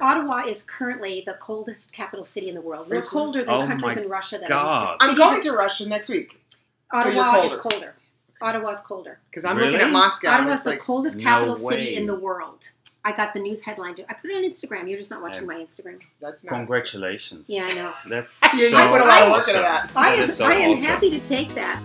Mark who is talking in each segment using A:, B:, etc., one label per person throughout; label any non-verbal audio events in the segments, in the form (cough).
A: Ottawa is currently the coldest capital city in the world. We're
B: Is it?
A: colder than
C: Oh
A: countries
C: my
A: in Russia. That Are
C: God.
B: I'm going to Russia next week so you're
A: Ottawa is
B: colder.
A: colder. Ottawa's colder.
B: because I'm
C: Really?
B: looking at Moscow. and
A: Ottawa's
B: it's
A: the
B: like,
A: coldest
C: no
A: capital city
C: way.
A: in the world. I got the news headline. I put it on Instagram. You're just not watching
C: Um,
A: my Instagram.
B: that's not.
C: Congratulations.
A: Yeah, I know.
C: That's
B: Yeah, you
C: so
B: put a lot of work
C: awesome.
B: into that.
A: I
C: That
A: am,
C: is so
A: I am
C: awesome.
A: happy to take that.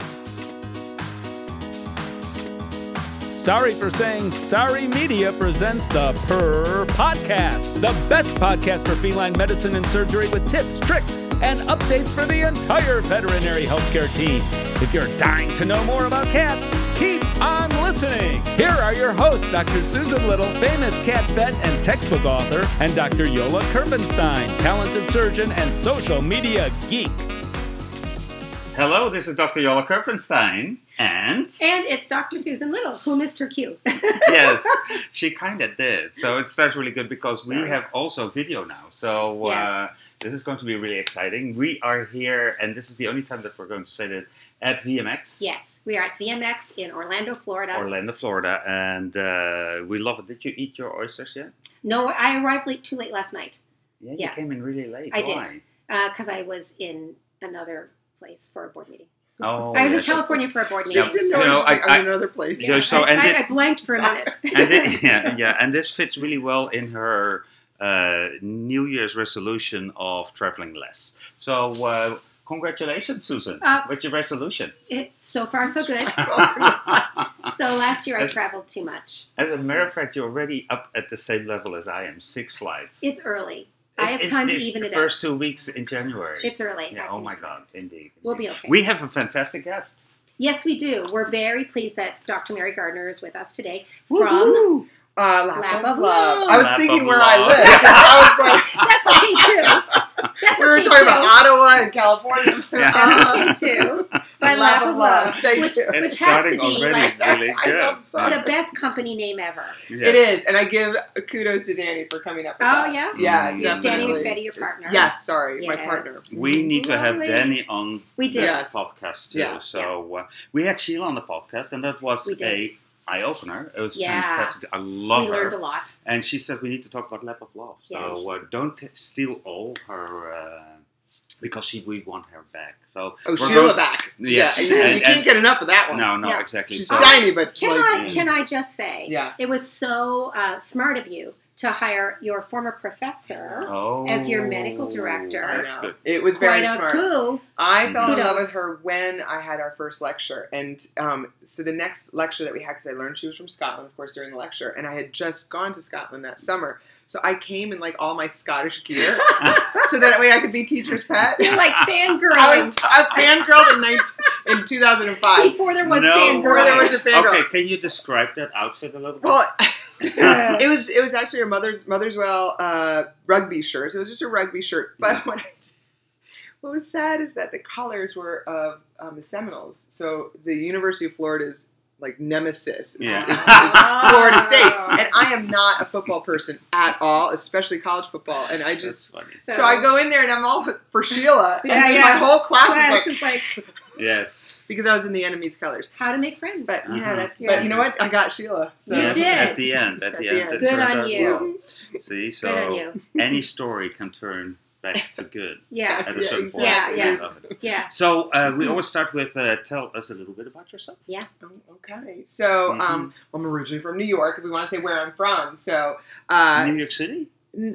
D: Sorry for saying sorry media presents the Purr Podcast, the best podcast for feline medicine and surgery with tips, tricks, and updates for the entire veterinary healthcare team. If you're dying to know more about cats, keep on listening. Here are your hosts, Dr. Susan Little, famous cat vet and textbook author, and Dr. Yola Kerbenstein, talented surgeon and social media geek.
C: Hello, this is Dr. Yola Kerfenstein, and
A: (laughs) And it's Dr. Susan Little who missed her cue. (laughs)
C: yes, she kind of did. So it starts really good because we
A: Sorry.
C: have also video now. So uh,
A: Yes.
C: this is going to be really exciting. We are here, and this is the only time that we're going to say that at VMX.
A: yes, we are at VMX in Orlando, Florida.
C: Orlando, Florida, and uh, we love it. Did you eat your oysters yet?
A: No, I arrived late, too late last night
C: Yeah, you
A: Yeah.
C: came in really late.
A: I
C: Why?
A: did. because I was in another place for a board meeting.
C: Oh,
A: I was in
C: yes.
A: California for a board
B: She (laughs)
A: meeting.
C: Yeah.
B: didn't know.
C: You know,
B: she's like,
C: I-
B: I'm in another place.
C: Yeah. So-
A: I,
C: and
A: I,
C: it-
A: I blanked for a minute.
C: (laughs) and thi- yeah, yeah, and this fits really well in her uh, New Year's resolution of traveling less. So, uh, congratulations, Susan,
A: Uh,
C: with your resolution.
A: (laughs) It- so far, so good.
C: (laughs)
A: So last year I
C: That's-
A: traveled too much.
C: As a matter of fact, you're already up at the same level as I am, six flights.
A: It's early. I have
C: It- it-
A: time
C: it-
A: to even
C: the
A: it out.
C: First two weeks in January.
A: It's early. I
C: yeah, oh
A: can-
C: my God, indeed.
A: We'll be
C: indeed.
A: okay.
C: We have a fantastic guest.
A: Yes, we do. We're very pleased that Dr. Mary Gardner is with us today from.
B: Woo-hoo. uh, lap,
A: Lap
B: of
A: of
B: love.
A: Love.
B: I was
C: Lap
B: thinking
C: of
B: where I
C: Love.
B: live. I was
C: (laughs)
A: (laughs)
B: like,
A: That's okay too. That's
B: we were
A: okay
B: talking
A: too.
B: about Ottawa and California. (laughs) Um,
C: (laughs) Yeah.
A: That's okay
C: (laughs)
A: too. By Lab
B: Lap of
A: of Love,
B: Thank
A: which,
B: you.
A: (laughs) which
C: It's
A: has to
C: starting
A: be
C: already
A: like (laughs)
C: really
B: I
C: good.
B: hope so.
A: the best company name ever.
C: Yeah.
B: It is, and I give kudos to Danny for coming up. With
A: Oh,
B: that.
A: yeah?
B: yeah,
C: Mm.
A: Danny
B: definitely.
A: McVetti, your partner.
B: Yes, sorry,
A: Yes.
B: my partner.
C: We need to have
A: Lovely.
C: Danny on
A: We do.
C: the
B: Yes.
C: podcast too.
B: Yeah.
C: So uh, we had Sheila on the podcast, and that was
A: We did.
C: a eye opener. It was
A: Yeah.
C: fantastic. I love
A: We
C: her.
A: learned a lot.
C: And she said we need to talk about Lap of Love. So
A: Yes.
C: uh, don't steal all her. Uh, because she, we want her back. So
B: Oh,
C: we're
B: Sheila
C: going-
B: back.
C: Yes,
B: Yeah, you, you
C: and-
B: can't
C: and-
B: get enough of that one.
C: No, no,
A: Oh, Yeah.
C: exactly.
B: She's
C: so,
B: tiny, but
A: Can
B: like,
A: I
C: yes.
A: can I just say?
B: Yeah.
A: It was so uh, smart of you to hire your former professor.
C: oh,
A: As your medical director.
B: I
C: That's
B: know.
C: good.
B: It was very
A: Guido
B: smart. (laughs)
A: Ku.
B: I fell in
A: Kudos.
B: love with her when I had our first lecture, and um, so the next lecture that we had, because I learned she was from Scotland, of course, during the lecture, and I had just gone to Scotland that summer, so I came in like all my Scottish gear, so that way I could be teacher's
A: (laughs)
B: pet.
A: You're like fangirling.
B: I was I fangirled in, 19, in 2005.
A: before there was
C: no
A: fangirling.
B: Where there
A: (laughs)
B: was a
C: way.
B: fangirl.
C: Okay, can you describe that outfit a little bit? (laughs)
B: Well, it was it was actually her mother's Motherswell uh, rugby shirt. So it was just a rugby shirt. But (laughs) what, I did- what was sad is that the colors were of um, the Seminoles. So the University of Florida's like nemesis is,
C: Yeah.
B: is- is
C: (laughs)
B: (laughs) Florida State,
A: Oh.
B: and I am not a football person at all, especially college football. And I just
C: That's funny.
B: so, I go in there and I'm all for Sheila, and
A: Yeah,
B: then
A: yeah.
B: my whole class,
A: Class
B: is like
A: is like
C: Yes.
B: because I was in the enemy's colors.
A: how to make friends.
B: But
C: Uh-huh.
B: yeah, that's
A: Yeah.
B: but you know what? I got Sheila. So.
A: You
C: yes,
A: did.
C: At the end. At, the, end. it
A: Good
C: turned
A: on
C: out
A: you.
C: well. See, so
A: Good on you.
C: any story can turn back to good
A: Yeah,
C: at a
B: Yeah,
C: certain
A: exactly.
C: point.
A: Yeah,
C: I
A: yeah.
C: love it.
A: yeah.
C: So uh, we always start with uh, tell us a little bit about yourself.
B: Oh, okay. So,
C: Mm-hmm.
B: um, I'm originally from New York. If we want to say where I'm from, so uh,
C: New York City.
B: (laughs)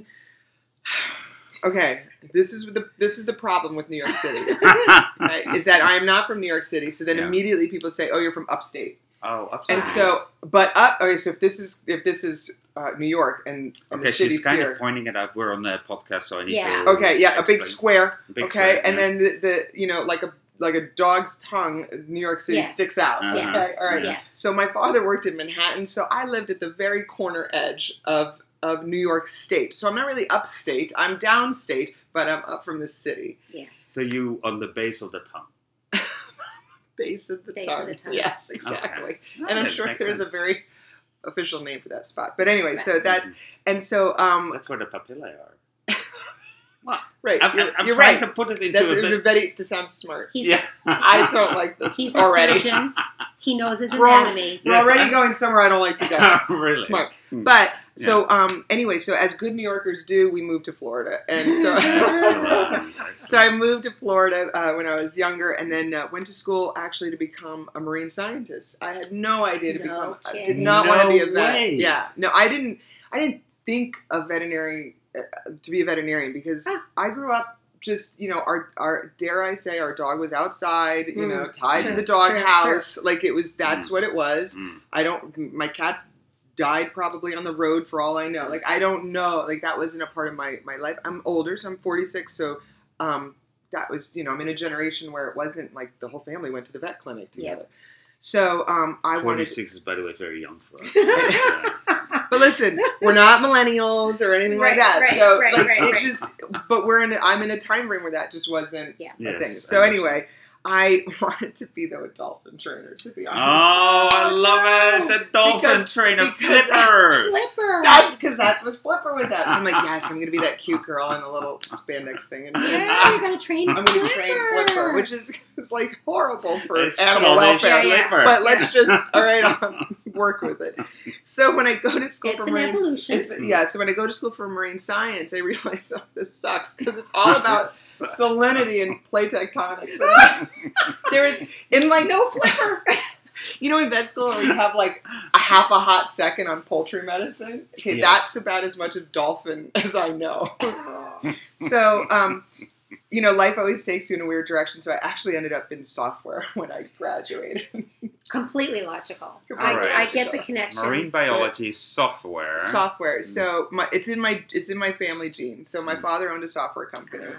B: okay, this is the this is the problem with New York
C: (laughs)
B: City, right? Is that I am not from New York City. So then
C: Yeah.
B: immediately people say, "Oh, you're from upstate,"
C: oh, upside.
B: and so, but up. Okay, so if this is if this is uh, New York and, and
C: okay,
B: the city's
C: she's kind
B: here.
C: of pointing it out. We're on the podcast, so I need
A: Yeah.
C: to.
B: okay, yeah, a big
C: explain.
B: square.
C: Big
B: okay,
C: square,
B: and
C: yeah.
B: then the, the you know like a like a dog's tongue, New York City
A: Yes.
B: sticks out.
C: Uh-huh.
A: Yes.
B: Okay, all right.
A: Yes.
B: So my father worked in Manhattan, so I lived at the very corner edge of of New York State. So I'm not really upstate. I'm downstate, but I'm up from the city.
A: Yes.
C: So you on the base of the tongue.
B: Base of the,
A: Base
B: tongue.
A: of the tongue.
B: Yes, exactly. And
C: Okay,
B: I'm sure
C: makes
B: there's
C: sense.
B: a very official name for that spot. But anyway, so
A: Right.
B: that's and so um
C: That's where the papillae are. Well,
B: Right.
C: I'm,
B: you're
C: I'm
B: you're
C: trying
B: right.
C: to put it into
B: That's
C: a
B: you're
C: bit.
B: very to sound smart.
A: He's,
C: Yeah.
B: (laughs) I don't like this
A: he's a
B: already.
A: surgeon. He knows his
B: Wrong.
A: anatomy.
B: We're
C: Yes,
B: already
C: I-
B: going somewhere I don't like to go.
C: (laughs) really.
B: Smart.
C: Mm.
B: But so um anyway, so as good New Yorkers do, we moved to Florida. And
C: (laughs)
B: so
C: Excellent.
B: (laughs) So I moved to Florida uh, when I was younger, and then uh, went to school actually to become a marine scientist. I had no idea to
A: No
B: become. I did
A: kidding.
B: not want to
C: No
B: be a vet.
C: way.
B: Yeah, no, I didn't. I didn't think of veterinary uh, to be a veterinarian because
A: Ah.
B: I grew up just you know our our dare I say our dog was outside you
A: Mm.
B: know tied
A: Sure,
B: to the dog
A: sure,
B: house like it was that's
C: Mm.
B: what it was.
C: Mm.
B: I don't. My cats died probably on the road for all I know. Like I don't know. Like that wasn't a part of my my life. I'm older, so I'm 46. So um, that was you know I'm in a generation where it wasn't like the whole family went to the vet clinic together. So um, I wanted.
C: 46 is, by the way, very young for us. Yeah.
B: (laughs) But listen, we're not millennials or anything like
A: Right,
B: that.
A: right,
B: so
A: right,
B: like
A: right,
B: it
A: right.
B: just. But we're in. A, I'm in a time frame where that just wasn't
C: Yes,
B: a thing. So
C: I
B: anyway. I (laughs) wanted to be though a dolphin trainer, to be honest.
C: Oh, I love it! The dolphin
B: Because-
C: trainer
B: because-
C: flipper.
A: Flipper.
B: That's because that was Flipper was that. So I'm like, yes, I'm gonna be that cute girl in a little spandex thing, and, and
A: yeah, you're gonna train.
B: I'm gonna train Flipper, which is it's like horrible for
C: It's
B: animal
C: called a
A: Yeah,
B: welfare.
A: yeah.
C: flipper.
B: But let's just all right, um, work with it. So when I go to school
A: It's
B: for
A: an
B: marine,
A: evolution.
B: it's- yeah. So when I go to school for marine science, I (laughs) realize oh, this sucks because it's all about salinity and plate tectonics. (laughs) And there is in my
A: no flipper.
B: (laughs) you know, in vet school, we have like a half a hot second on poultry medicine. Okay,
C: Yes.
B: that's about as much of dolphin (laughs) as I know.
A: Oh.
B: so, um, you know, life always takes you in a weird direction. So I actually ended up in software (laughs) when I graduated.
A: Completely logical. I,
C: Alright.
A: I get the connection.
C: Marine biology software.
B: software. So my, it's in my it's in my family genes. So my
C: Mm.
B: father owned a software company.
C: Um, (laughs)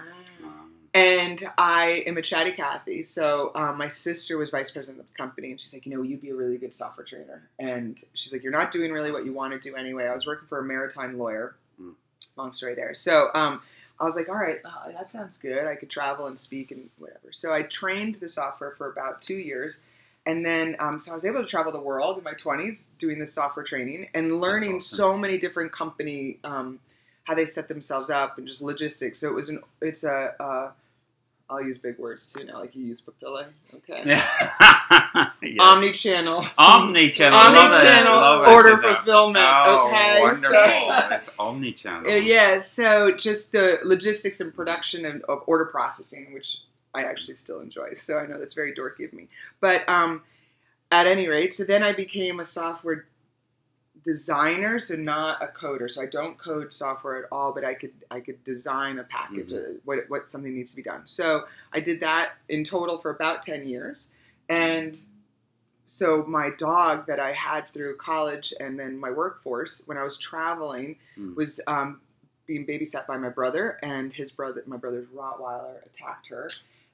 B: And I am a chatty Cathy. So um, my sister was vice president of the company, and she's like, you know, you'd be a really good software trainer. And she's like, you're not doing really what you want to do anyway. I was working for a maritime lawyer.
C: Mm.
B: Long story there. So um, I was like, all right, uh, that sounds good. I could travel and speak and whatever. So I trained the software for about two years. And then, um, so I was able to travel the world in my 20s doing this software training and learning
C: awesome.
B: so many different company, um, how they set themselves up and just logistics. So it was an, it's a, uh, I'll use big words too now, like you use papilla. Okay.
C: yes.
B: Omni-channel.
C: omni-channel.
B: Omni-channel
C: Love it. Love it.
B: order
C: Yeah.
B: fulfillment.
C: Oh,
B: okay.
C: wonderful!
B: So,
C: it's omni-channel.
B: Uh, yeah. So just the logistics and production and of order processing, which I actually still enjoy. So I know that's very dorky of me, but um, at any rate, so then I became a software designer, so not a coder. So I don't code software at all, but I could I could design a package, uh, what what something needs to be done. So I did that in total for about 10 years. And so my dog that I had through college and then my workforce when I was traveling
C: Mm.
B: was um, being babysat by my brother and his brother, my brother's Rottweiler attacked her.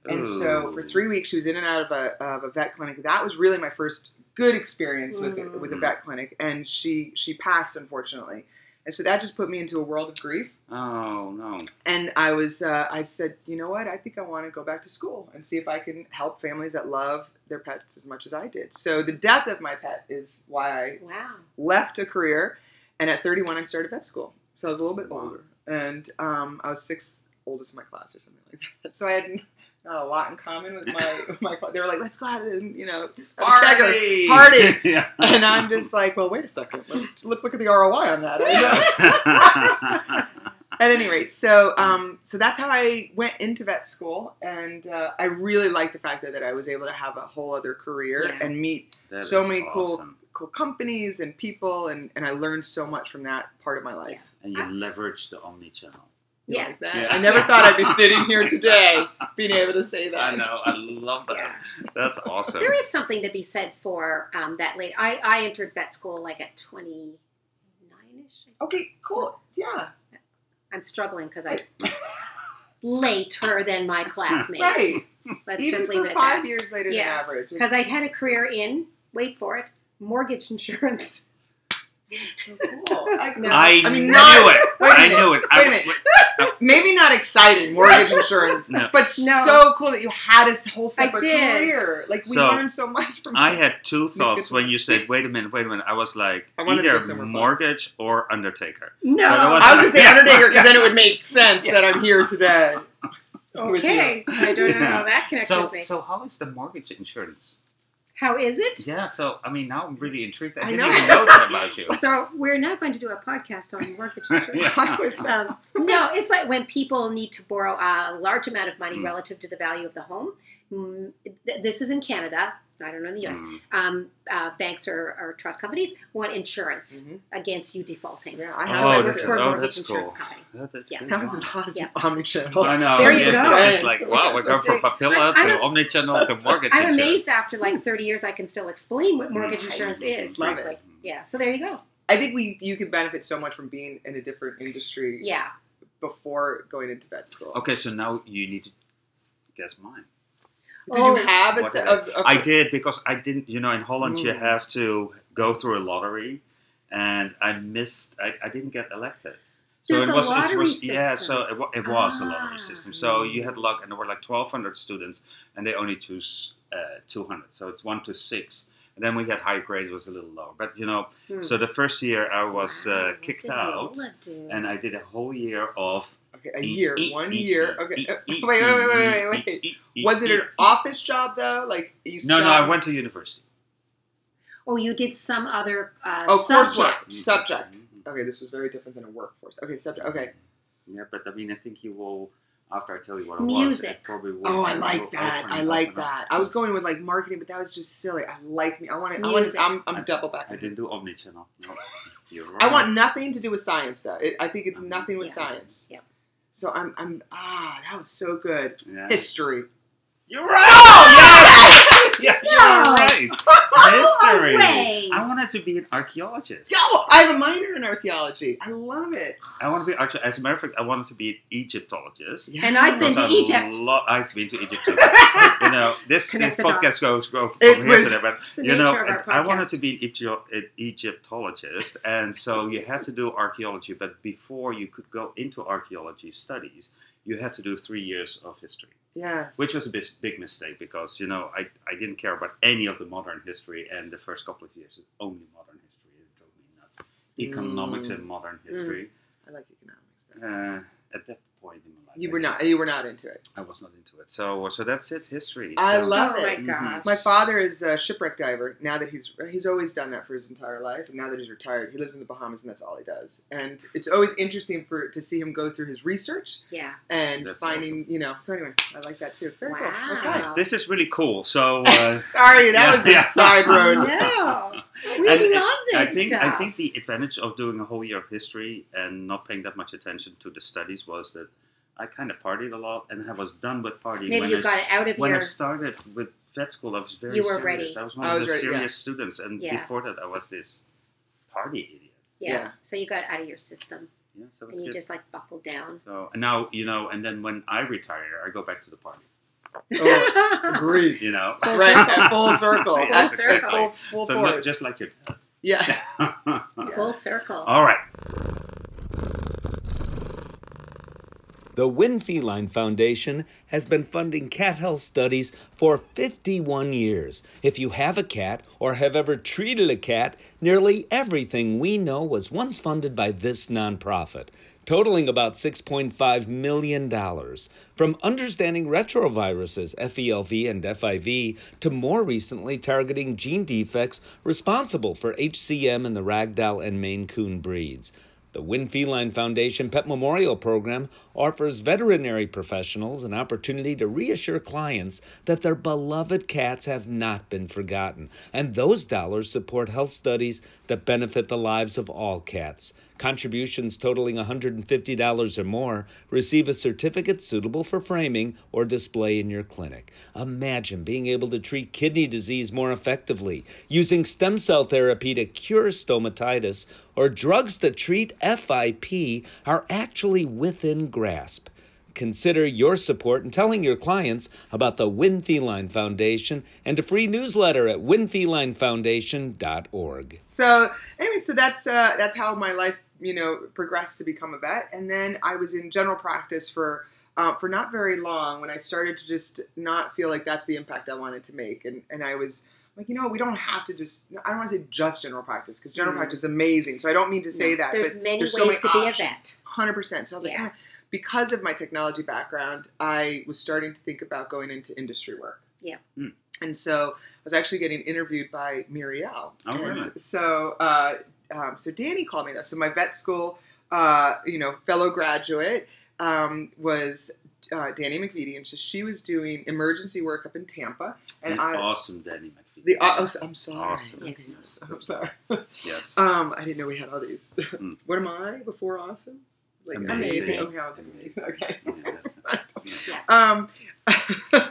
B: And so for
C: Ooh.
B: three weeks, she was in and out of a, of a vet clinic. That was really my first good experience with a, with a
C: Mm.
B: vet clinic. And she, she passed, unfortunately. And so that just put me into a world of grief.
C: Oh no!
B: And I was, uh, I said, you know what? I think I want to go back to school and see if I can help families that love their pets as much as I did. So the death of my pet is why I
A: Wow.
B: left a career, and at 31 I started vet school. So I was a little bit
C: Wow.
B: older, and um, I was sixth oldest in my class or something like that. (laughs) So I had not a lot in common with my with my. Class. They were like, "Let's go out and you know have a kegger."
C: Party!
B: Party! (laughs)
C: (laughs) yeah.
B: And I'm just like, well, wait a second. Let's, let's look at the ROI on that. (laughs) I know. at any rate, so um, so that's how I went into vet school, and uh, I really like the fact that, that I was able to have a whole other career
A: Yeah.
B: and meet
C: That
B: So
C: is
B: many cool-
C: awesome.
B: cool companies and people, and, and I learned so much from that part of my life.
C: And you leverage the omni-channel.
B: You
A: Yeah.
B: like that?
C: Yeah.
B: I never thought
C: (laughs)
B: I'd be sitting here today being able to say that.
C: I know. I love that. That's awesome.
A: There is something to be said for um, that late. I, I entered vet school like at 29 ish.
B: Okay, cool. Yeah.
A: I'm struggling because
B: (laughs)
A: I later than my classmates.
B: Right.
A: Let's
B: Even
A: just leave
B: for
A: it at
B: five
A: that.
B: years later
A: Yeah.
B: (laughs) than average. (laughs)
A: Because I had a career in, wait for it, mortgage insurance. It's so cool.
B: Like, no.
C: I,
B: I mean,
C: knew
B: not-
C: it.
B: Wait a
C: I
B: minute.
C: knew it.
B: Wait
C: I-
B: a minute. Maybe not exciting mortgage insurance,
C: (laughs) No.
B: but
A: No.
B: so cool that you had a whole separate
A: did.
B: career. Like we
C: So,
B: learned so much from.
C: I had two thoughts
B: it-
C: when you said, "Wait a minute, wait a minute." I was like,
B: I wanted to go
C: either
B: somewhere fun.
C: mortgage or Undertaker.
A: No.
C: But it
B: (laughs)
C: was-
B: I was gonna say
C: Yeah.
B: Undertaker because then it would make sense that I'm here (laughs) today. with you.
A: okay. I don't know how that connections
C: So,
A: me.
C: so how is the mortgage insurance?
A: How is
C: (laughs)
A: it?
C: Yeah. So, I mean, now I'm really intrigued. I,
B: I
C: didn't
B: know.
C: even know that about (laughs) you.
A: So we're not going to do a podcast on mortgage insurance.
C: Yeah.
B: (laughs) I would-
A: um, no, it's like when people need to borrow a large amount of money
C: Mm.
A: relative to the value of the home. Mm, th- this is in Canada. I don't know in the U.S.
C: Mm.
A: Um, uh, banks or, or trust companies want insurance
B: Mhm.
A: against you defaulting.
B: Yeah, I
A: So
C: Oh,
A: I
B: have
A: work
C: that's-
A: for a
C: oh,
A: mortgage
C: that's
A: insurance
C: cool.
A: company.
C: Oh, that's
A: Yeah.
C: good.
B: That was as hot as
A: Yeah.
B: omnichannel.
C: (laughs) I know.
A: There
C: I'm
A: you
C: just,
A: go.
C: I'm just like, wow, we're
B: That's
C: going from
B: okay.
C: papilla
A: I- I
C: to
A: don't-
C: omnichannel to mortgage
A: I'm
C: insurance.
A: amazed after like 30 years, I can still explain what mortgage
B: Mm.
A: insurance is.
B: Love
A: frankly.
B: it. Mm.
A: Yeah. So there you go.
B: I think we you can benefit so much from being in a different industry
A: Yeah.
B: before going into vet school.
C: Okay, so now you need to guess mine.
B: Did
A: Oh.
B: you have a
C: What
B: set
C: did I-
B: of? of
C: I did because I didn't. You know, in Holland, you
B: Mm.
C: have to go through a lottery, and I missed. I, I didn't get elected. So
A: There's
C: it
A: a
C: was, it
A: lottery
C: was yeah.
A: system.
C: So it, wa- it was a
A: Ah.
C: lottery system. So you had luck, and there were like 1,200 students, and they only choose uh, 200. So it's one to six. And then we had high grades was a little lower, but you know.
A: Hmm.
C: So the first year I was
A: Wow,
C: uh,
A: what
C: kicked
A: did
C: out,
A: Lola do?
C: and I did a whole year of
B: okay, a year,
C: E-
B: one
C: E-
B: year.
C: E-
B: Okay,
C: E-
B: uh,
C: E-
B: (laughs) wait, wait, wait, wait,
C: E-
B: wait, wait.
C: E- E-
B: Was it
C: E-
B: an office job though? Like you?
C: No, no. I
B: sat-
C: went to university.
A: oh, you did some other uh,
B: Oh,
A: subject.
B: coursework. Subject.
C: Mhm.
B: Okay, this was very different than a workforce. Okay, subject. Okay,
C: Yeah, but I mean, I think you will. After I tell you what it was,
A: Music.
C: it probably will.
B: Oh, I
C: it
B: like
C: will
B: that.
C: open
B: I
C: up
B: like
C: and up.
B: that. I was going with like marketing, but that was just silly. I like me. I want to. I want
A: Music.
B: to. I'm, I'm double back.
C: I didn't do omnichannel.
B: (laughs)
C: No, you're right.
B: I want nothing to do with science, though. It, I think it's
C: Mhm.
B: nothing with
A: Um, Yeah.
B: science.
A: Yep.
B: So I'm. I'm. Ah, that was so good.
C: Yeah.
B: History. (laughs)
C: You're right.
B: Oh,
C: Yes! (laughs) yeah,
A: No!
C: you're
A: No
C: right. History.
A: way.
C: I wanted to be an archaeologist.
B: Yo, I have a minor in archaeology. I love it.
C: I want to be archae- As a matter of fact, I wanted to be an Egyptologist.
A: And I've been
C: Because
A: to
C: I
A: Egypt.
C: lo- I've been to Egypt.
A: (laughs)
C: too. you know, this
A: Connect
C: this
A: the dots.
C: podcast goes go from
B: It
C: here
B: was-
C: to there, but
A: It's the
C: you
A: nature
C: know,
A: of our
C: and I wanted
A: podcast.
C: to be an, Egypt, an Egyptologist, and so you had to do archaeology. But before you could go into archaeology studies, you had to do three years of history,
B: Yes.
C: which was a big, big mistake because you know I, I didn't care about any of the modern history, and the first couple of years is only modern history. It drove me nuts. Economics
B: Mm.
C: and modern history.
B: I like economics. Though.
A: Mm.
C: Uh, at that point in my life,
B: You
C: I
B: were not.
C: guess,
B: You were not into it.
C: I was not into it. So so that's it. History.
B: I
C: So-
B: love
A: oh
B: it. Mm-hmm.
A: my gosh.
B: My father is a shipwreck diver. Now that he's he's always done that for his entire life, and now that he's retired, he lives in the Bahamas, and that's all he does. And it's always interesting for to see him go through his research
A: Yeah.
B: and
C: That's
B: finding, you know. So anyway, I like that too. Very
A: Wow.
B: cool. Okay.
A: Wow.
C: This is really cool. So.
B: (laughs)
C: Uh,
B: Sorry, that was
C: Yeah.
B: a side road.
A: (laughs) No.
B: (laughs)
A: We
C: And- and
A: love this
C: I think
A: stuff.
C: I think the advantage of doing a whole year of history and not paying that much attention to the studies was that I kind of partied a lot, and I was done with partying.
A: Maybe
C: when I,
A: you got
C: s-
A: it out of
C: when
A: your.
C: I started with vet school. I was very
A: You were
C: serious.
A: ready.
C: I was one
B: I
C: of
B: was
C: the
B: ready, yeah.
C: serious students, and
A: Yeah.
C: before that, I was this party idiot.
A: yeah.
B: yeah.
A: So you got out of your system
C: Yeah, so it was
A: and you
C: good.
A: just like buckled down.
C: so and now you know, and then when I retire, I go back to the
A: (laughs)
C: party.
B: Oh, agree.
C: You know,
A: Full
B: Right,
A: circle.
B: full circle.
C: Yes, (laughs)
B: That's
A: circle.
B: Full, full
C: so
B: force.
C: not just like your dad.
B: yeah.
A: Full circle.
C: All right.
D: The Win Feline Foundation has been funding cat health studies for 51 years. If you have a cat or have ever treated a cat, nearly everything we know was once funded by this nonprofit, totaling about $6.5 million. From understanding retroviruses, FELV and FIV, to more recently targeting gene defects responsible for HCM in the Ragdoll and Maine Coon breeds. The Win Feline Foundation Pet Memorial Program offers veterinary professionals an opportunity to reassure clients that their beloved cats have not been forgotten, and those dollars support health studies that benefit the lives of all cats. Contributions totaling $150 or more receive a certificate suitable for framing or display in your clinic. Imagine being able to treat kidney disease more effectively, using stem cell therapy to cure stomatitis, or drugs that treat FIP are actually within grasp. Consider your support in telling your clients about the Win Feline Foundation and a free newsletter at winfelinefoundation.org.
B: So anyway, so that's uh, that's how my life you know progressed to become a vet, and then I was in general practice for uh, for not very long when I started to just not feel like that's the impact I wanted to make, and and I was like, you know, what, we don't have to just. I don't want to say just general practice because general
A: Mm.
B: practice is amazing. So I don't mean to say that.
A: There's
B: but
A: many
B: there's
A: ways to
B: so many
A: be a
B: options.
A: vet.
B: Hundred percent. So I was
A: Yeah.
B: like, ah. because of my technology background, I was starting to think about going into industry work.
A: Yeah.
C: Mm.
B: And so I was actually getting interviewed by Muriel.
C: Oh,
B: And
C: really?
B: So, uh, um, so Danny called me though. So my vet school, uh, you know, fellow graduate um, was uh, Danny McVitie, and so she was doing emergency work up in Tampa, and
C: The
B: I.
C: awesome Danny McPhee.
B: The oh, I'm sorry.
C: Awesome.
A: Yeah.
B: Yes, I'm sorry.
C: Yes.
B: Um, I didn't know we had all these.
C: Mm.
B: (laughs) what am I before awesome? Like Oh,
A: Amazing.
B: Okay, I'll do
C: Amazing.
B: (laughs) Okay.
C: Yeah, that's it.
B: Um,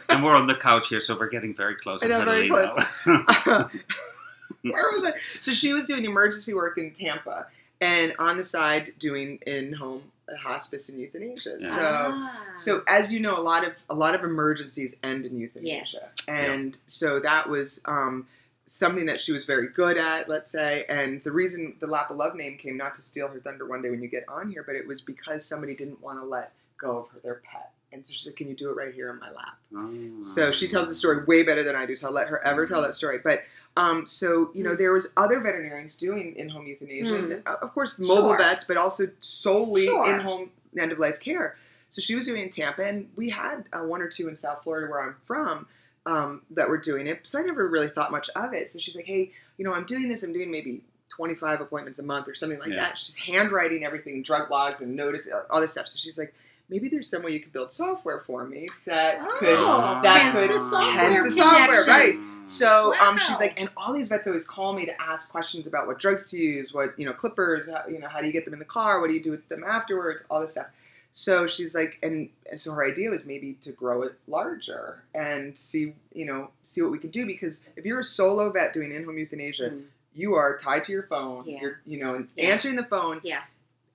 C: and we're on the couch here, so we're getting very close.
B: I
C: I'm
B: know,
C: gonna
B: very
C: lean out. Hmm.
B: where was I? So she was doing emergency work in Tampa, and on the side doing in-home hospice and euthanasia.
C: Yeah.
B: So.
A: Ah.
B: So as you know, a lot of a lot of emergencies end in euthanasia,
A: Yes.
B: and so that was um, something that she was very good at, let's say. And the reason the Lapa Love name came not to steal her thunder one day when you get on here, but it was because somebody didn't want to let go of her, their pet, and so she said, "Can you do it right here in my lap?" (laughs)
C: Oh.
B: So she tells the story way better than I do. So I'll let her ever tell that story, but. Um, so you know there was other veterinarians doing in-home euthanasia,
A: Mm.
B: Uh, of course mobile
A: Sure.
B: vets, but also solely
A: Sure.
B: in-home end-of-life care. So she was doing it in Tampa, and we had uh, one or two in South Florida where I'm from um, that were doing it. So I never really thought much of it. So she's like, "Hey, you know, I'm doing this. I'm doing maybe 25 appointments a month or something like
C: Yeah.
B: that." She's handwriting everything, drug logs, and notice all this stuff. So she's like, "Maybe there's some way you could build software for me that could
A: Oh,
B: that
A: hence
B: could
A: the software
B: hence the software,
A: connection.
B: right?" So um,
A: Wow.
B: she's like, and all these vets always call me to ask questions about what drugs to use, what you know, clippers, how, you know, how do you get them in the car, what do you do with them afterwards, all this stuff. So she's like, and, and so her idea was maybe to grow it larger and see, you know, see what we can do because if you're a solo vet doing in-home euthanasia,
A: Mm.
B: you are tied to your phone.
A: Yeah.
B: You're, you know, and
A: Yeah.
B: answering the phone
A: Yeah.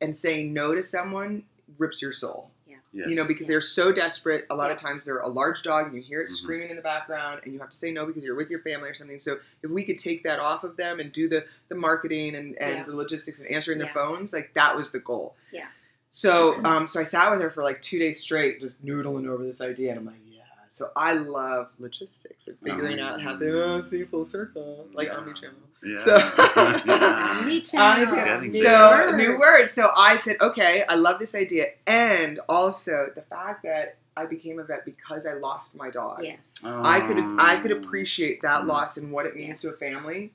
B: and saying no to someone rips your soul
C: Yes.
B: you know, because
A: Yeah.
B: they're so desperate. A lot of
A: Yeah.
B: times they're a large dog and you hear it
C: Mhm.
B: screaming in the background and you have to say no because you're with your family or something. So if we could take that off of them and do the, the marketing and, and
A: Yeah.
B: the logistics and answering their
A: Yeah.
B: phones, like that was the goal.
A: Yeah. Mm-hmm.
B: So um, so I sat with her for like two days straight, just noodling over this idea and I'm like, yeah. So I love logistics and figuring out how to oh, see full circle, like
C: Yeah.
B: omnichannel.
C: Yeah. (laughs)
B: so-
C: Yeah.
A: Omnichannel.
C: Getting
A: New
B: uh, So
A: word.
B: new word. So I said, okay, I love this idea, and also the fact that I became a vet because I lost my dog.
A: Yes.
B: (laughs) I could I
C: Oh.
B: could appreciate that
C: Mm.
B: loss and what it means
A: Yes.
B: to a family,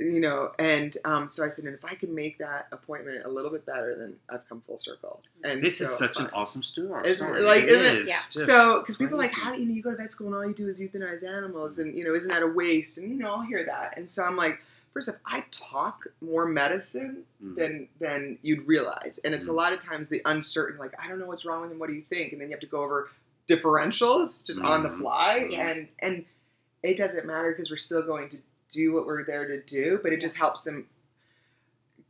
B: you know. And um, so I said, and if I can make that appointment a little bit better, then I've come full circle. And
C: This
B: so
C: is such
B: fun.
C: an awesome story.
B: It's
C: Sorry,
B: like, isn't it?
C: is
A: Yeah.
C: just-
B: so because people are like,
C: crazy.
B: how do you know you go to vet school and all you do is euthanize animals, and you know, isn't that a waste? And you know, I'll hear that, and so I'm like, first off, I talk more medicine
C: Mm.
B: than than you'd realize. And it's a lot of times the uncertain, like I don't know what's wrong with him. What do you think? And then you have to go over differentials just on the
C: Mhm.
B: fly,
A: Yeah.
B: and and it doesn't matter because we're still going to do what we're there to do. But it just helps them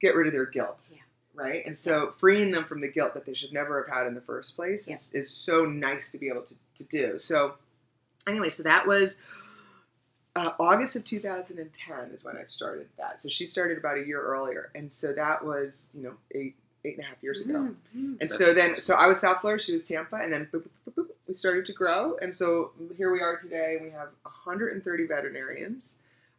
B: get rid of their guilt.
A: Yeah.
B: Right, and so freeing them from the guilt that they should never have had in the first place
A: Yeah.
B: is, is so nice to be able to, to do. So, anyway, so that was uh, August of 2010 is when I started that. So she started about a year earlier, and so that was you know eight eight and a half years ago.
A: Mhm.
B: And
C: That's
B: so then,
C: awesome.
B: so I was South Florida, she was Tampa, and then boop, boop, boop, boop, we started to grow. And so here we are today. We have 130 veterinarians.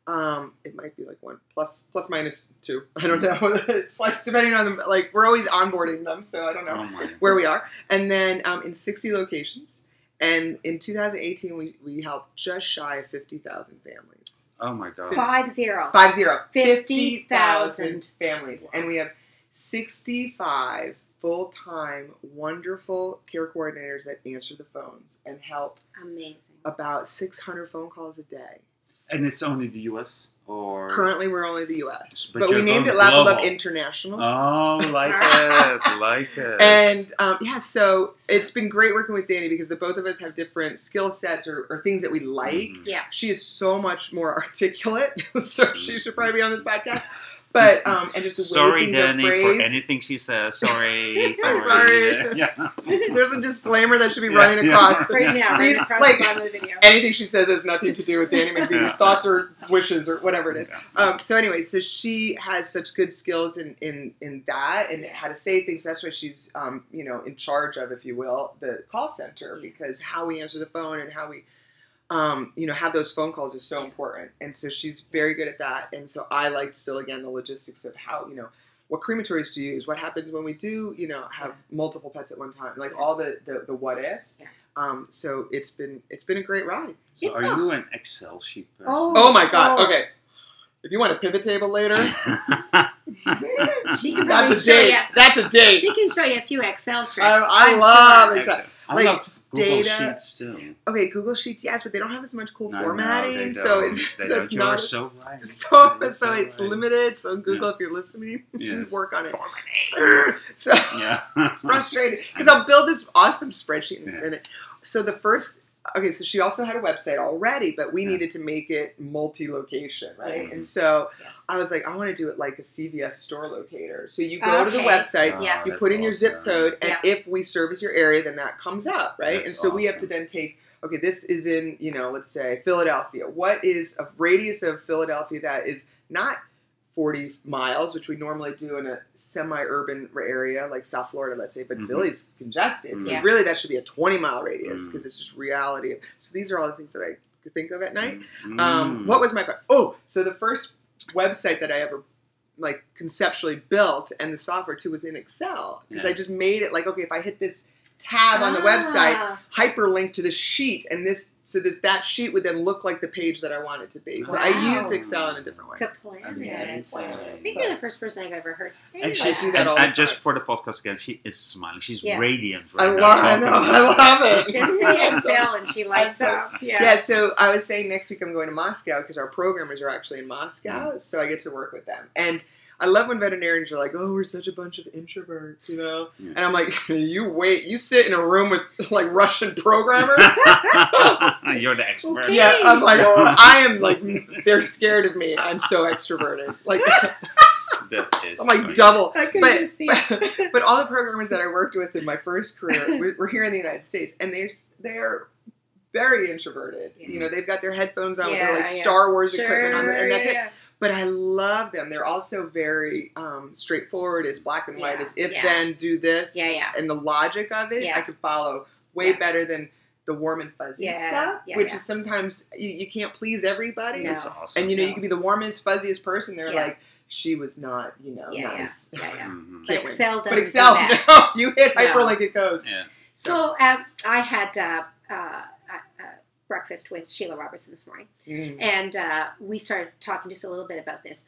B: Um, it might be like one plus plus minus two. (laughs) I don't know. it's like depending on the like we're always onboarding them, so I don't know
C: Oh my.
B: where we are. And then um, in 60 locations. And in 2018, we, we helped just shy of 50,000 families.
C: Oh my god.
A: Five zero.
B: Five zero.
A: 50,000.
B: families. And we have 65 full time, wonderful care coordinators that answer the phones and help
A: Amazing.
B: about 600 phone calls a day.
C: And it's only the U.S. or
B: Currently, we're only the US,
C: But
B: but, we
C: you're
B: named it
C: going
B: Lab Love
C: global.
B: International. (laughs)
C: Oh, like
A: Sorry.
C: it, like it.
B: And um, yeah, so
A: Sorry.
B: it's been great working with Danny because the both of us have different skill sets or, or things that we like.
C: Mhm.
A: Yeah.
B: (laughs) She is so much more articulate, so she should probably be on this podcast. But um, and just the way
C: Mm-hmm. sorry,
B: things
C: Danny,
B: are
C: for
B: phrased.
C: anything she
B: (laughs)
C: says. Sorry, sorry.
B: Sorry.
C: (laughs) Yeah.
B: There's a disclaimer that should be
C: Yeah,
B: running
C: yeah.
B: across.
C: Right
E: Right now, right
B: These-
E: across
B: like-
E: the bottom of the video.
B: Anything she says has nothing to do with Danny McVitie's
C: Yeah.
B: thoughts or wishes or whatever it is.
C: Yeah.
B: Um, so anyway, so she has such good skills in in, in that and how to say things. That's why she's um, you know in charge of, if you will, the call center because how we answer the phone and how we um, you know have those phone calls is so important. And so she's very good at that. And so I liked still again the logistics of how you know what crematories to use, what happens when we do you know have multiple pets at one time, like all the the, the what ifs.
A: Yeah.
B: Um, so it's been it's been a great ride.
C: So
A: It's
C: are
A: a-
C: you an Excel sheet person? (laughs)
A: Oh.
B: Oh my god.
A: Oh.
B: Okay. If you want a pivot
A: (laughs)
B: table later,
A: She can
B: that's
A: probably
B: a
A: show
B: date.
A: you.
B: That's a date.
A: She can show you a few Excel tricks.
B: I, I
A: I'm
B: love
A: sure.
B: Excel.
C: I
B: Like,
C: love Google
B: data-
C: Sheets too.
B: Okay, Google Sheets, yes, but they don't have as much cool
C: No, no,
B: formatting,
C: they
B: so
C: don't.
B: it's, (laughs)
C: They
B: so
C: don't.
B: it's
C: you are
B: not
C: so
B: (laughs)
C: right.
B: so
C: You are
B: so it's
C: right.
B: limited. So Google, if you're listening, (laughs)
C: Yes.
B: work on
C: (laughs)
B: it. so
C: Yeah.
B: it's frustrating because I'll build this awesome spreadsheet and,
C: Yeah.
B: and it, so the first okay so she also had a website already but we
C: Yeah.
B: needed to make it multi-location right
A: Yes.
B: and so
A: Yes.
B: I was like I want to do it like a CVS store locator so you go to the
A: Okay.
B: website
A: Yeah.
C: (laughs)
B: you
C: Oh, that's
B: put in your zip
C: awesome.
B: code and
A: Yeah.
B: if we service your area then that comes up right
C: That's
B: and so we have to
C: awesome.
B: then take okay this is in you know let's say philadelphia what is a radius of philadelphia that is not 40 miles which we normally do in a semi-urban area like south florida let's say but
C: Mhm.
B: philly's congested so
A: Yeah.
B: really that should be a 20 mile radius
C: Mm.
B: because it's just reality so these are all the things that i could think of at night
C: Mm.
B: um, what was my oh? So the first website that I ever like conceptually built and the software too was in Excel because I
C: Yeah.
B: just made it like okay if I hit this tab on the website
A: Ah,
B: hyperlink to the sheet and this so this that sheet would then look like the page that I want it to be. So I
A: Wow.
B: used Excel in a different way.
A: to plan it.
C: Amazing.
A: I think you're the first person I've ever heard say
C: And
A: that.
C: she's
B: do (laughs)
C: and,
B: that all the
C: and just
B: time.
C: for the podcast again, she is smiling. She's
A: Yeah.
C: radiant. Right
B: I
C: now,
B: love I
C: talking
B: know
C: about
B: I
C: (laughs)
B: love it.
A: Just say Excel and she lights
B: I'm
A: up. Yeah.
B: Yeah, so I was saying next week I'm going to Moscow because our programmers are actually in Moscow, so I get to work with them. And I love when veterinarians are like, "Oh, we're such a bunch of introverts," you know.
C: Yeah.
B: And I'm like, (laughs) "You wait, you sit in a room with like Russian programmers."
C: it. (laughs) You're the expert.
A: Okay.
B: yeah, I'm like, oh, I am like, (laughs) they're scared of me. I'm so extroverted. Like, (laughs)
C: That is
B: I'm like
C: amazing.
B: double.
E: I couldn't
B: But- (laughs)
E: see.
B: but all the programmers that I worked with in my
A: (laughs)
B: first career were- were here in the United States, and they're they're very introverted. You know, they've got their headphones on, with their
E: Yeah,
B: like
E: yeah.
B: Star Wars
E: Sure,
B: equipment on, and that's it.
E: yeah.
B: But I love them. They're also very um, straightforward. It's black and white.
A: Yeah,
B: It's if
A: yeah.
B: then do this,
A: Yeah, yeah.
B: and the logic of it,
A: Yeah.
B: I could follow way
A: Yeah.
B: better than the warm and fuzzy
A: Yeah,
B: stuff,
A: yeah,
B: which
A: yeah.
B: is sometimes you, you can't please everybody.
A: No.
C: That's awesome.
B: And you know,
A: No.
B: you can be the warmest, fuzziest person. They're
A: Yeah.
B: like, she was not, you know,
A: Yeah,
B: nice.
A: Yeah, yeah.
C: Mhm.
A: But
B: Can't win.
A: Excel doesn't
B: But Excel,
A: do
B: (laughs)
A: that.
B: no, you hit
A: No.
B: hyperlink it goes.
C: Yeah.
A: So uh, I had uh, uh, uh, uh, breakfast with Sheila Robertson this morning,
B: Mm.
A: and uh, we started talking just a little bit about this.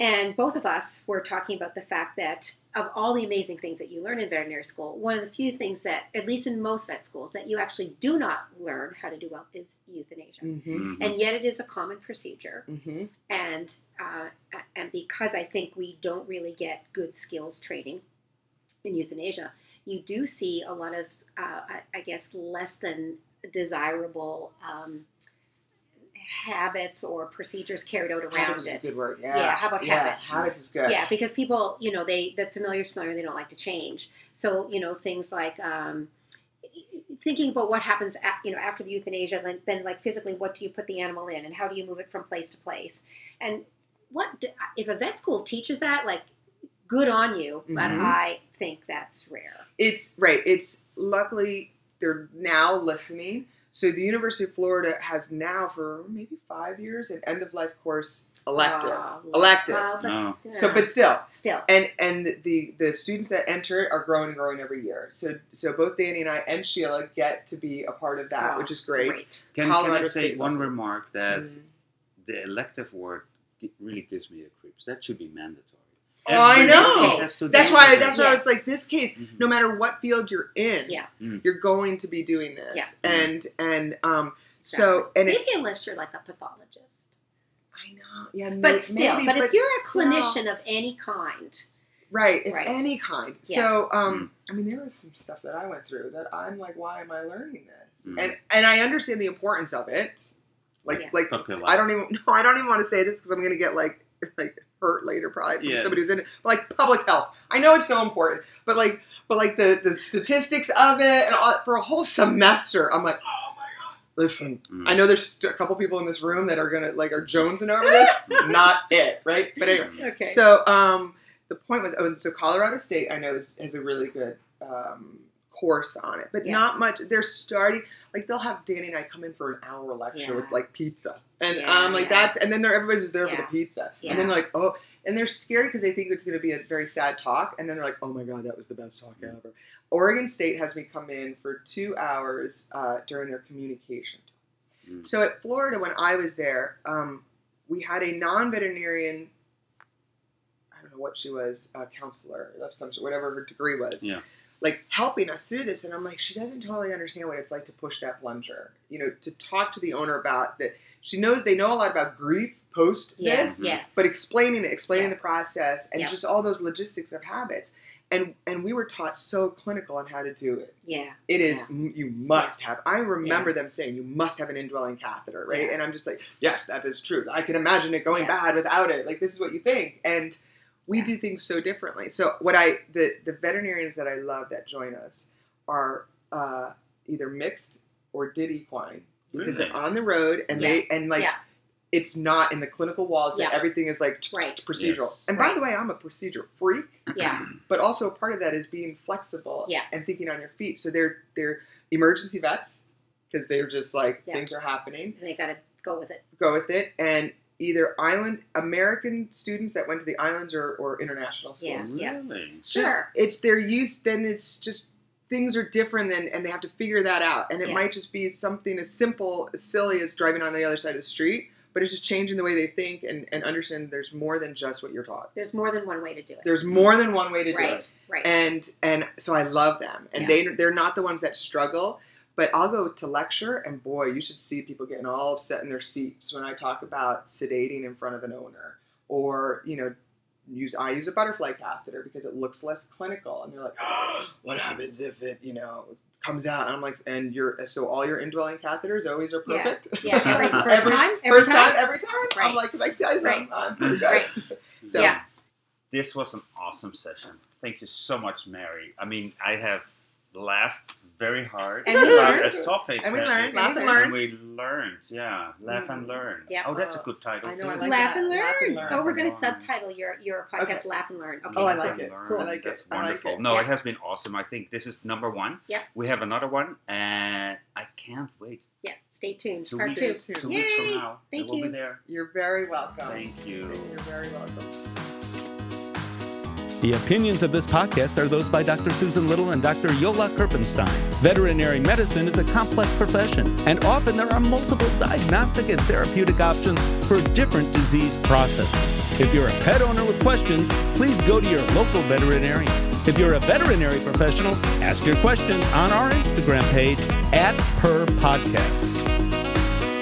A: And both of us were talking about the fact that of all the amazing things that you learn in veterinary school, one of the few things that, at least in most vet schools, that you actually do not learn how to do well is euthanasia.
B: Mhm.
C: Mhm.
A: And yet, it is a common procedure.
B: Mhm.
A: and uh, and because I think we don't really get good skills training in euthanasia, you do see a lot of uh, I- I guess less than desirable um, habits or procedures carried out around
B: Habits is a
A: it.
B: good word. Yeah.
A: yeah. how about
B: Yeah,
A: habits?
B: habits is good.
A: Yeah, because people, you know, they the familiar is familiar. They don't like to change. So you know, things like um, thinking about what happens, at, you know, after the euthanasia, then, then like physically, what do you put the animal in, and how do you move it from place to place, and what do, if a vet school teaches that? Like, good on you, but
B: Mhm.
A: I think that's rare.
B: It's right. It's luckily they're now listening. So the University of Florida has now for maybe five years an end of life course elective.
A: Uh,
B: elective.
A: uh, but
C: No.
A: still-
B: so, but still,
A: still,
B: and and the the students that enter are growing and growing every year. So so both Danny and I and Sheila get to be a part of that,
A: Wow,
B: which is great.
C: Can, can I
B: Colorado
C: say
B: State's
C: one
B: awesome.
C: remark that
B: Mm.
C: the elective word gi- really gives me the creeps? That should be mandatory.
B: Oh, I
C: Every
B: know.
C: school has to
B: That's
C: do
B: why
C: that.
B: that's why I was
A: Yes.
B: like this case.
C: Mhm.
B: No matter what field you're in,
A: Yeah.
C: Mm. Mm-hmm.
B: you're going to be doing this.
C: Yeah.
B: And and um so and
A: maybe
B: it's
A: unless you're like a pathologist.
B: I know yeah, may-
A: But still,
B: maybe,
A: but if you're a
B: still.
A: clinician of any kind,
B: right? If
A: Right.
B: any kind.
A: Yeah.
B: So um,
C: Mm.
B: I mean, there was some stuff that I went through that I'm like, why am I learning this?
C: Mm.
B: And and I understand the importance of it. Like
A: Yeah.
B: like (laughs)
C: Papilla.
B: I don't even no, I don't even want to say this because I'm gonna get like (laughs) like hurt later probably from
C: Yeah.
B: somebody who's in it. But like public health, I know it's so important, but like, but like the the statistics of it and all, for a whole semester, I'm like, oh my god, listen,
C: Mm.
B: I know there's st- a couple people in this room that are gonna like are jonesing over this, not it, right? But anyway,
C: Mm-hmm.
A: Okay.
B: so um, the point was, oh, and so Colorado State, I know, is, has a really good um, course on it, but
A: Yeah.
B: not much. They're starting, like, they'll have Danny and I come in for an hour lecture
A: Yeah.
B: with, like, pizza. And
A: Yeah,
B: um, like
A: yeah.
B: that's, and then they're, everybody's just there for
A: Yeah.
B: the pizza.
A: Yeah.
B: And then, like, oh, and they're scared because they think it's going to be a very sad talk. And then they're like, oh my God, that was the best talk ever. Oregon State has me come in for two hours uh, during their communication.
C: Mm.
B: So at Florida, when I was there, um, we had a non veterinarian, I don't know what she was, a counselor, of some sort, whatever her degree was.
C: Yeah.
B: Like helping us through this, and I'm like, she doesn't totally understand what it's like to push that plunger. You know, to talk to the owner about that. She knows they know a lot about grief post this,
A: yes, yes.
B: but explaining it, explaining
A: Yeah.
B: the process, and
A: Yeah.
B: just all those logistics of habits. And and we were taught so clinical on how to do it. (clears throat)
A: yeah.
B: It is m you must have. I remember them saying you must have an indwelling catheter, right?
A: Yeah.
B: And I'm just like, yes, that is true. I can imagine it going
A: Yeah.
B: bad without it. Like this is what you think, and we
A: Yeah.
B: do things so differently. So what I the the veterinarians that I love that join us are uh, either mixed or did equine because
C: Really?
B: they're on the road and they and like
A: Yeah.
B: it's not in the clinical walls that
A: Yeah.
B: everything is like
A: Right.
B: procedural.
C: Yes.
B: And by
A: Right.
B: the way, I'm a procedure freak
A: Yeah.
B: but also a part of that is being flexible
A: Yeah.
B: and thinking on your feet. So they're they're emergency vets because they're just like
A: Yeah.
B: things are happening,
A: They got to go with it.
B: go with it, and either island American students that went to the islands or, or international
A: Yeah.
B: schools.
C: Really?
B: It's just-
A: Sure.
B: it's their use. Then it's just things are different, then and they have to figure that out. And it
A: Yeah.
B: might just be something as simple, as silly as driving on the other side of the street, but it's just changing the way they think and and understand there's more than just what you're taught.
A: There's more than one way to do it.
B: There's more than one way to do it
A: right. Right.
B: and and so I love them, and
A: Yeah.
B: they they're not the ones that struggle. But I'll go to lecture, and boy, you should see people getting all upset in their seats when I talk about sedating in front of an owner, or you know, use I use a butterfly catheter because it looks less clinical, and they're like, (gasps) what happens if it you know comes out? And I'm like, and you're so all your indwelling catheters always are
A: Yeah.
B: perfect.
A: yeah. Every first
B: (laughs) Every-
A: time. Every
B: (laughs) First time,
A: time.
B: every time. I'm
A: Right.
B: like, because I tell you,
A: Right.
B: I'm pretty good.
A: Right.
B: So
A: Yeah.
C: This was an awesome session. Thank you so much, Mary. I mean, I have laughed very hard
A: And
B: we
C: about
B: learned.
C: this topic.
B: And we
C: that
B: learned,
C: is-
A: laugh and Mm-hmm.
B: learn.
C: we learned, yeah. Laugh and learn.
A: Yeah.
C: Oh, that's a good title.
B: I know, I
C: too.
B: like
A: laugh,
B: that.
A: and learn.
B: Laugh and learn.
A: Oh, we're going to
C: Learn.
A: subtitle your your podcast
B: Okay.
A: "Laugh and Learn." Okay.
C: Laugh
B: Oh, I like
C: and
B: it.
C: learn.
B: Cool. I like
C: That's
B: it. I like
C: wonderful.
B: it.
C: No, it
A: Yeah.
C: has been awesome. I think this is number one.
A: Yeah.
C: We have another one, and I can't wait.
A: Yeah. Stay tuned.
C: Two
A: Part
C: weeks.
A: two.
B: Two
C: Two weeks from
A: Yay.
C: now,
A: Thank
C: it will be
A: you.
C: there.
B: You're very welcome.
C: Thank you.
B: You're very welcome.
D: The opinions of this podcast are those by Dr. Susan Little and Dr. Yola Kerpenstein. Veterinary medicine is a complex profession, and often there are multiple diagnostic and therapeutic options for different disease processes. If you're a pet owner with questions, please go to your local veterinarian. If you're a veterinary professional, ask your questions on our Instagram page at Per Podcast.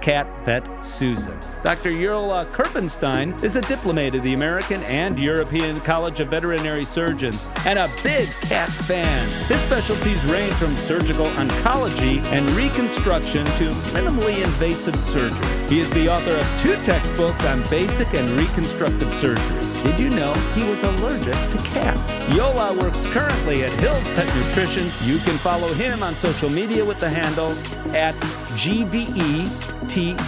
D: Cat Vet Susan. Dr. Urola uh, Kerpenstein is a diplomat of the American and European College of Veterinary Surgeons and a big cat fan. His specialties range from surgical oncology and reconstruction to minimally invasive surgery. He is the author of two textbooks on basic and reconstructive surgery. Did you know he was allergic to cats? Yola works currently at Hills Pet Nutrition. You can follow him on E social media with the handle at GVETSX.